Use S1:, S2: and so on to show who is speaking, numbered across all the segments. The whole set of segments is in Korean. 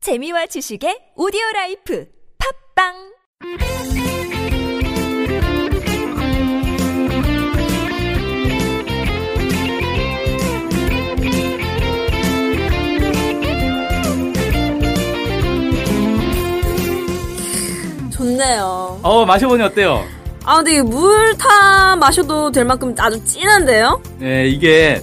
S1: 재미와 지식의 오디오 라이프 팝빵
S2: 좋네요.
S3: 어 마셔보니 어때요?
S2: 아, 근데 물 타 마셔도 될 만큼 아주 진한데요?
S3: 예, 이게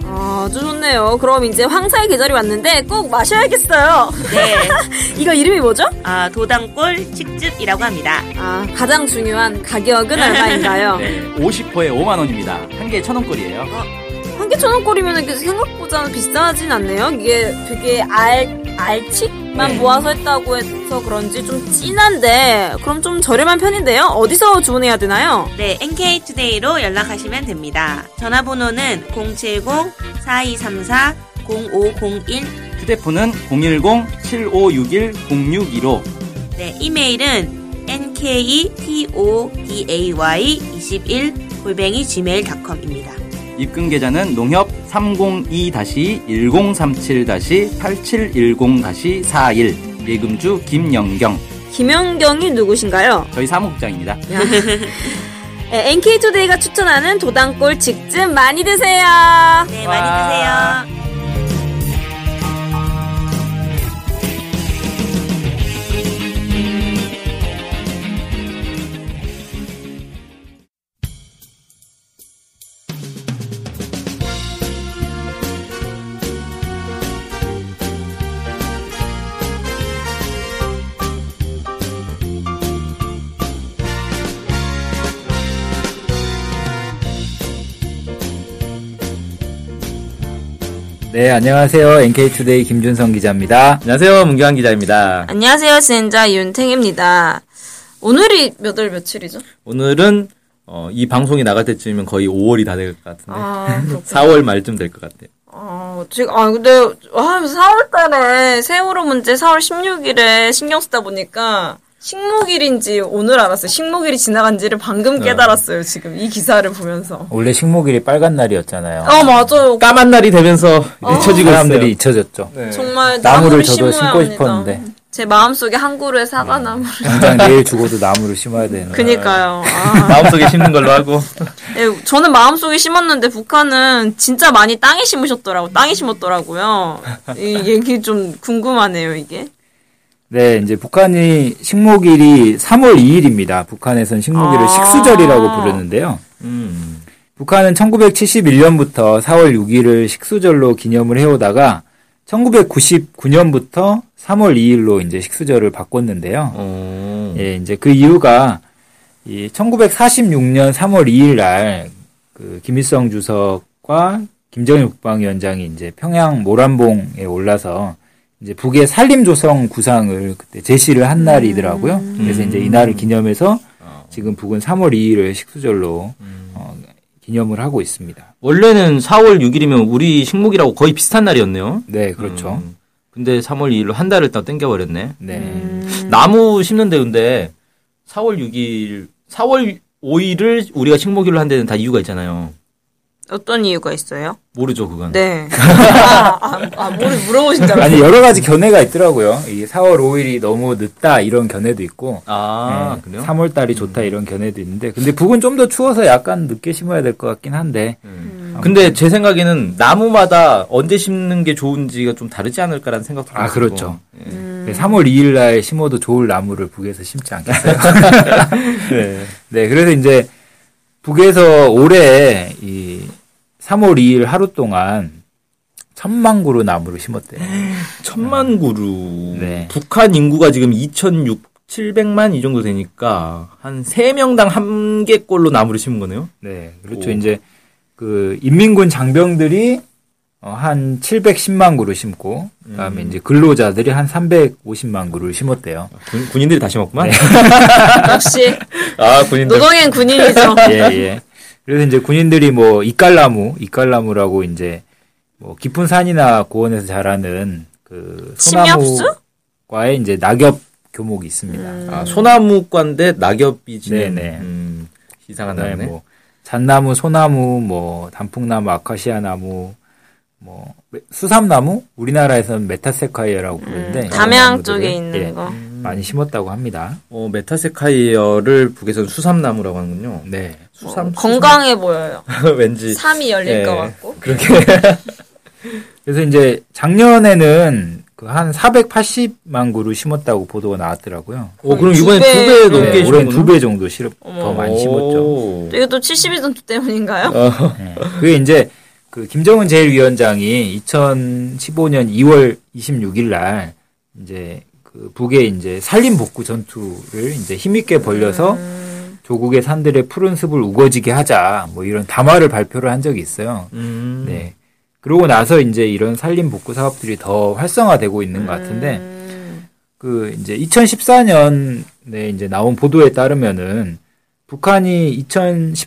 S2: 아, 아주 좋네요. 그럼 이제 황사의 계절이 왔는데 꼭 마셔야겠어요.
S4: 네,
S2: 이거 이름이 뭐죠?
S4: 아, 도당골 칡즙이라고 합니다.
S2: 아, 가장 중요한 가격은 얼마인가요?
S3: 네, 50호에 5만 원입니다. 한 개에 천 원꼴이에요.
S2: 한 개 천 원꼴이면 생각보다 비싸진 않네요. 이게 되게 알, 알칡만
S3: 네.
S2: 모아서 했다고 해서 그런지 좀 진한데, 그럼 좀 저렴한 편인데요? 어디서 주문해야 되나요?
S4: 네, NK투데이로 연락하시면 됩니다. 전화번호는 070-4234-0501
S3: 휴대폰은 010-7561-0615
S4: 네, 이메일은 nktoday21 골뱅이 gmail.com입니다.
S3: 입금 계좌는 농협 302-1037-8710-41 예금주 김영경
S2: 김연경이 누구신가요?
S3: 저희 사무국장입니다.
S2: 네, NK투데이가 추천하는 도당골 직즙 많이 드세요.
S4: 네,
S3: 와.
S4: 많이 드세요.
S5: 네, 안녕하세요. NK투데이 김준성 기자입니다.
S6: 안녕하세요, 문경환 기자입니다.
S2: 안녕하세요, 진자 윤탱입니다. 오늘이 몇 월 며칠이죠?
S6: 오늘은 어, 이 방송이 나갈 때쯤이면 거의 5월이 다 될 것 같은데
S2: 아, 그렇군요.
S6: 4월 말쯤 될 것 같아요.
S2: 아, 지금, 아, 근데, 아, 4월달에 세월호 문제 4월 16일에 신경 쓰다 보니까 식목일인지 오늘 알았어요. 식목일이 지나간지를 방금
S5: 네.
S2: 깨달았어요. 지금 이 기사를 보면서.
S5: 원래 식목일이 빨간 날이었잖아요.
S2: 아, 맞아요.
S6: 까만 날이 되면서
S2: 어.
S6: 잊혀지고 있어요.
S5: 사람들이 잊혀졌죠.
S2: 정말
S5: 나무를
S2: 나무를
S5: 저도
S2: 심어야
S5: 심고
S2: 합니다.
S5: 싶었는데
S2: 제 마음속에 한 그루의 사과 나무를.
S5: 당장 내일 죽어도 나무를 심어야 되는.
S2: 그니까요. 아,
S6: 마음속에 심는 걸로 하고
S2: 예, 저는 마음속에 심었는데 북한은 진짜 많이 땅에 심으셨더라고. 땅에 심었더라고요. 이 얘기 좀 궁금하네요, 이게.
S5: 네, 이제 북한이 식목일이 3월 2일입니다. 북한에선 식목일을
S2: 아.
S5: 식수절이라고 부르는데요.
S6: 음,
S5: 북한은 1971년부터 4월 6일을 식수절로 기념을 해오다가 1999년부터 3월 2일로 이제 식수절을 바꿨는데요.
S6: 어,
S5: 예, 이제 그 이유가 이 1946년 3월 2일 날그 김일성 주석과 김정일 국방위원장이 이제 평양 모란봉에 올라서 이제 북의 산림조성 구상을 그때 제시를 한 날이더라고요. 그래서 이제 이날을 기념해서 지금 북은 3월 2일을 식수절로 어, 기념을 하고 있습니다.
S6: 원래는 4월 6일이면 우리 식목이라고 거의 비슷한 날이었네요.
S5: 네, 그렇죠.
S6: 음, 근데 3월 2일로 한 달을 딱 땡겨버렸네.
S5: 네.
S2: 음.
S6: 나무 심는데 근데 4월 6일, 4월 5일을 우리가 식목일로 한 데는 다 이유가 있잖아요.
S2: 어떤 이유가 있어요?
S6: 모르죠 그건.
S2: 네. 아, 아, 아 모르, 물어보신 줄 알았어요.
S5: 아니 여러 가지 견해가 있더라고요. 이 4월 5일이 너무 늦다 이런 견해도 있고
S6: 아 그래요?
S5: 3월 네. 달이 좋다 이런 견해도 있는데 근데 북은 좀 더 추워서 약간 늦게 심어야 될 것 같긴 한데
S6: 음. 근데 제 생각에는 나무마다 언제 심는 게 좋은지가 좀 다르지 않을까라는 생각도 들고.
S5: 아
S6: 예.
S5: 그렇죠. 3월 2일 날 심어도 좋을 나무를 북에서 심지 않겠어요.
S6: 네.
S5: 네, 그래서 이제 북에서 올해 이 3월 2일 하루 동안 천만 그루 나무를 심었대요.
S6: 천만 그루.
S5: 네.
S6: 북한 인구가 지금 2,600, 700만 이 정도 되니까 한 세명당한 개꼴로 나무를 심은 거네요.
S5: 네, 그렇죠.
S6: 오.
S5: 이제 그 인민군 장병들이 어, 한 710만 그루 심고 그다음에 이제 근로자들이 한 350만 그루를 심었대요.
S6: 군, 인들이 다시 먹구만.
S5: 네.
S2: 역시
S6: 아, 군인들.
S2: 노동엔 군인이죠.
S5: 예, 예. 그래서 이제 군인들이 뭐 이깔나무, 이깔나무라고 이제 뭐 깊은 산이나 고원에서 자라는 그
S2: 침엽수? 음.
S5: 소나무과의 이제 낙엽 교목이 있습니다.
S6: 아, 소나무과인데 낙엽이 지는
S5: 네네.
S6: 음, 이상한
S5: 그다음에
S6: 나무네.
S5: 뭐 잣나무, 소나무, 뭐 단풍나무, 아카시아 나무, 뭐 메- 수삼나무? 우리나라에서는 메타세콰이어라고 부르는데
S2: 음, 담양
S5: 나무들을,
S2: 쪽에 있는
S5: 예,
S2: 거.
S5: 많이 심었다고 합니다.
S6: 어, 메타세카이어를 북에선 수삼나무라고 하는군요.
S5: 네.
S6: 수삼
S2: 어, 건강해 보여요.
S6: 수삼- 왠지
S2: 삶이 열릴
S6: 예.
S2: 것 같고.
S5: 그래서 이제 작년에는 그 한 480만 그루 심었다고 보도가 나왔더라고요.
S6: 어, 그럼
S2: 두
S6: 이번에
S2: 배-
S6: 두 배
S5: 네,
S6: 넘게
S5: 올해는 두 배 정도 실업 더
S2: 어머.
S5: 많이 심었죠.
S2: 이게 또 72전투 때문인가요?
S6: 음.
S5: 네. 그게 이제 그 김정은 제1위원장이 2015년 2월 26일 날 이제 그 북의 이제 산림 복구 전투를 이제 힘있게 벌려서 조국의 산들의 푸른 숲을 우거지게 하자 뭐 이런 담화를 발표를 한 적이 있어요.
S6: 음.
S5: 네. 그러고 나서 이제 이런 산림 복구 사업들이 더 활성화되고 있는 것 같은데
S2: 음.
S5: 그 이제 2014년에 네, 이제 나온 보도에 따르면은 북한이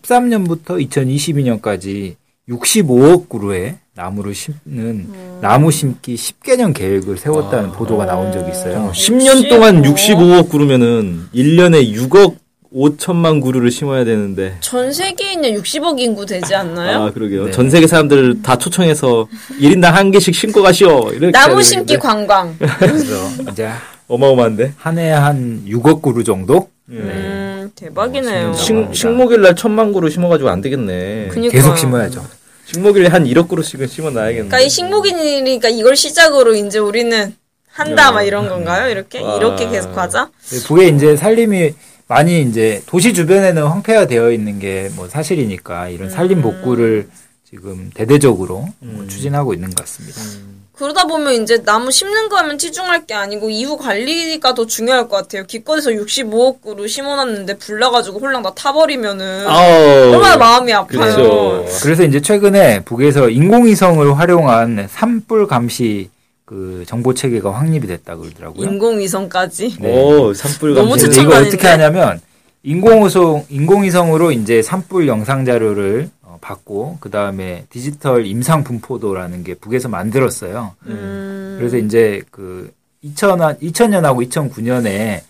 S5: 2013년부터 2022년까지 65억 그루의 나무를 심는
S2: 음.
S5: 나무 심기 10개년 계획을 세웠다는 보도가 나온 적이 있어요.
S6: 10년 동안 65억 구르면은 1년에 6억 5천만 구루를 심어야 되는데.
S2: 전 세계에 있는 60억 인구 되지 않나요?
S6: 아, 그러게요.
S5: 네.
S6: 전 세계 사람들을 다 초청해서 1인당 한 개씩 심고 가시오. 이렇게 해야
S2: 나무 심기
S6: 되는데. 네.
S2: 관광.
S5: 그래서 이제
S6: 어마어마한데.
S5: 한 해에 한 6억 그루 정도 네,
S2: 음, 대박이네요.
S5: 어,
S6: 식, 식목일 날 천만 구루 심어 가지고 안 되겠네.
S2: 그니까요.
S5: 계속 심어야죠.
S6: 식목일에 한 1억 구루씩은 심어 놔야겠네.
S2: 그러니까 이 식목이니까 이걸 시작으로 이제 우리는 한다 막 이런 건가요? 이렇게
S6: 와.
S2: 이렇게 계속 하자.
S5: 예, 북에 이제 산림이 많이 이제 도시 주변에는 황폐화되어 있는 게 뭐 사실이니까 이런
S2: 음.
S5: 산림 복구를 지금 대대적으로 뭐 추진하고 있는 것 같습니다.
S2: 음. 그러다 보면 이제 나무 심는 거 하면 치중할 게 아니고 이후 관리가 더 중요할 것 같아요. 기껏해서 65억 그루 심어놨는데 불나가지고 홀랑 다 타버리면은
S6: 아우.
S2: 얼마나 마음이 아파요.
S6: 그렇죠.
S5: 그래서 이제 최근에 북에서 인공위성을 활용한 산불 감시 그 정보 체계가 확립이 됐다 그러더라고요.
S2: 인공위성까지.
S6: 오, 산불
S2: 너무
S6: 감시.
S2: 추천-
S5: 그래서 이걸
S2: 추천반인데?
S5: 어떻게 하냐면 인공위성 인공위성으로 이제 산불 영상 자료를 어, 받고 그 다음에 디지털 임상 분포도라는 게 북에서 만들었어요.
S6: 음.
S2: 음.
S5: 그래서 이제 그 2000, 2000년하고 2009년에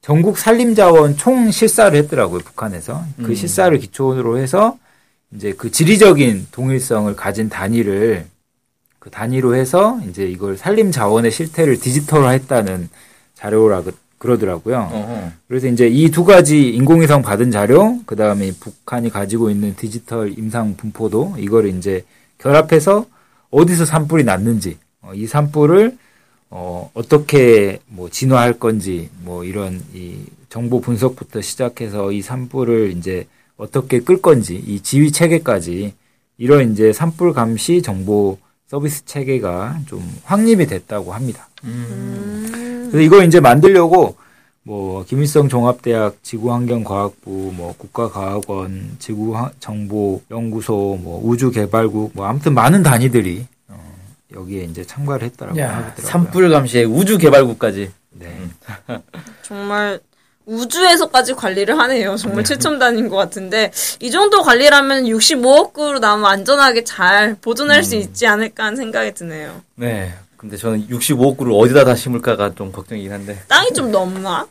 S5: 전국 산림자원 총 실사를 했더라고요, 북한에서. 그 실사를 기초로 해서 이제 그 지리적인 동일성을 가진 단위를 그 단위로 해서 이제 이걸 산림자원의 실태를 디지털화했다는 자료라 그- 그러더라고요.
S6: 어허.
S5: 그래서 이제 이 두 가지 인공위성 받은 자료, 그 다음에 북한이 가지고 있는 디지털 임상 분포도, 이걸 이제 결합해서 어디서 산불이 났는지, 어, 이 산불을 어, 어떻게 뭐 진화할 건지, 뭐 이런 이 정보 분석부터 시작해서 이 산불을 이제 어떻게 끌 건지, 이 지휘 체계까지 이런 이제 산불 감시 정보 서비스 체계가 좀 확립이 됐다고 합니다. 그래서 이걸 이제 만들려고 뭐 김일성 종합대학 지구환경과학부 뭐 국가과학원 지구정보연구소 뭐 우주개발국 뭐 아무튼 많은 단위들이 어, 여기에 이제 참가를 했다라고
S6: 야,
S5: 하더라고요.
S6: 산불 감시에 우주 개발국까지.
S5: 네.
S2: 정말 우주에서까지 관리를 하네요. 정말 최첨단인 것 같은데 이 정도 관리라면 65억 그루 나무 안전하게 잘 보존할
S6: 음.
S2: 수 있지 않을까 하는 생각이 드네요.
S6: 네. 근데 저는 65억 구를 어디다 다 심을까가 좀 걱정이긴 한데.
S2: 땅이 좀 넓나?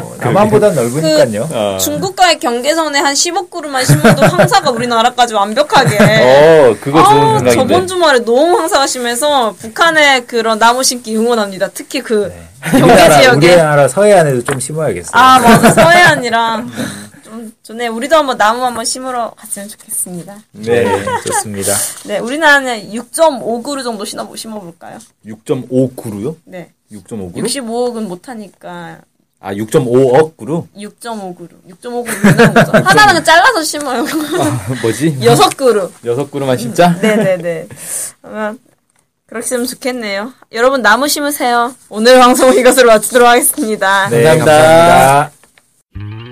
S5: 뭐 남한보다 넓으니까요.
S6: 아.
S2: 중국과의 경계선에 한 10억 그루만 심어도 황사가 우리나라까지 완벽하게.
S6: 어, 그거 좋은
S2: 아우,
S6: 생각인데.
S2: 네. 저번 주말에 너무 황사가 심해서 북한의 그런 나무 심기 응원합니다. 특히 그
S6: 네.
S2: 경계
S5: 우리나라,
S2: 지역에
S5: 우리나라 서해안에도 좀 심어야겠어요.
S2: 아 맞아 서해안이랑 좀 전에 우리도 한번 나무 한번 심으러 갔으면 좋겠습니다.
S5: 네, 좋습니다.
S2: 네, 우리나라는 6.5그루 정도 신어 심어볼까요?
S6: 6.5구루요?
S2: 네,
S6: 6.5구루?
S2: 65억은 못하니까
S6: 아, 6.5억 구루?
S2: 6.5그루, 6.5그루는 못죠 뭐 하나는 잘라서 심어요.
S6: 아. 뭐지?
S2: 여섯 그루.
S6: 여섯 구루만 심자?
S2: 네네네. 아마 그렇으면 좋겠네요. 여러분 나무 심으세요. 오늘 방송은 이것으로 마치도록 하겠습니다.
S5: 네,
S6: 감사합니다.
S5: 감사합니다.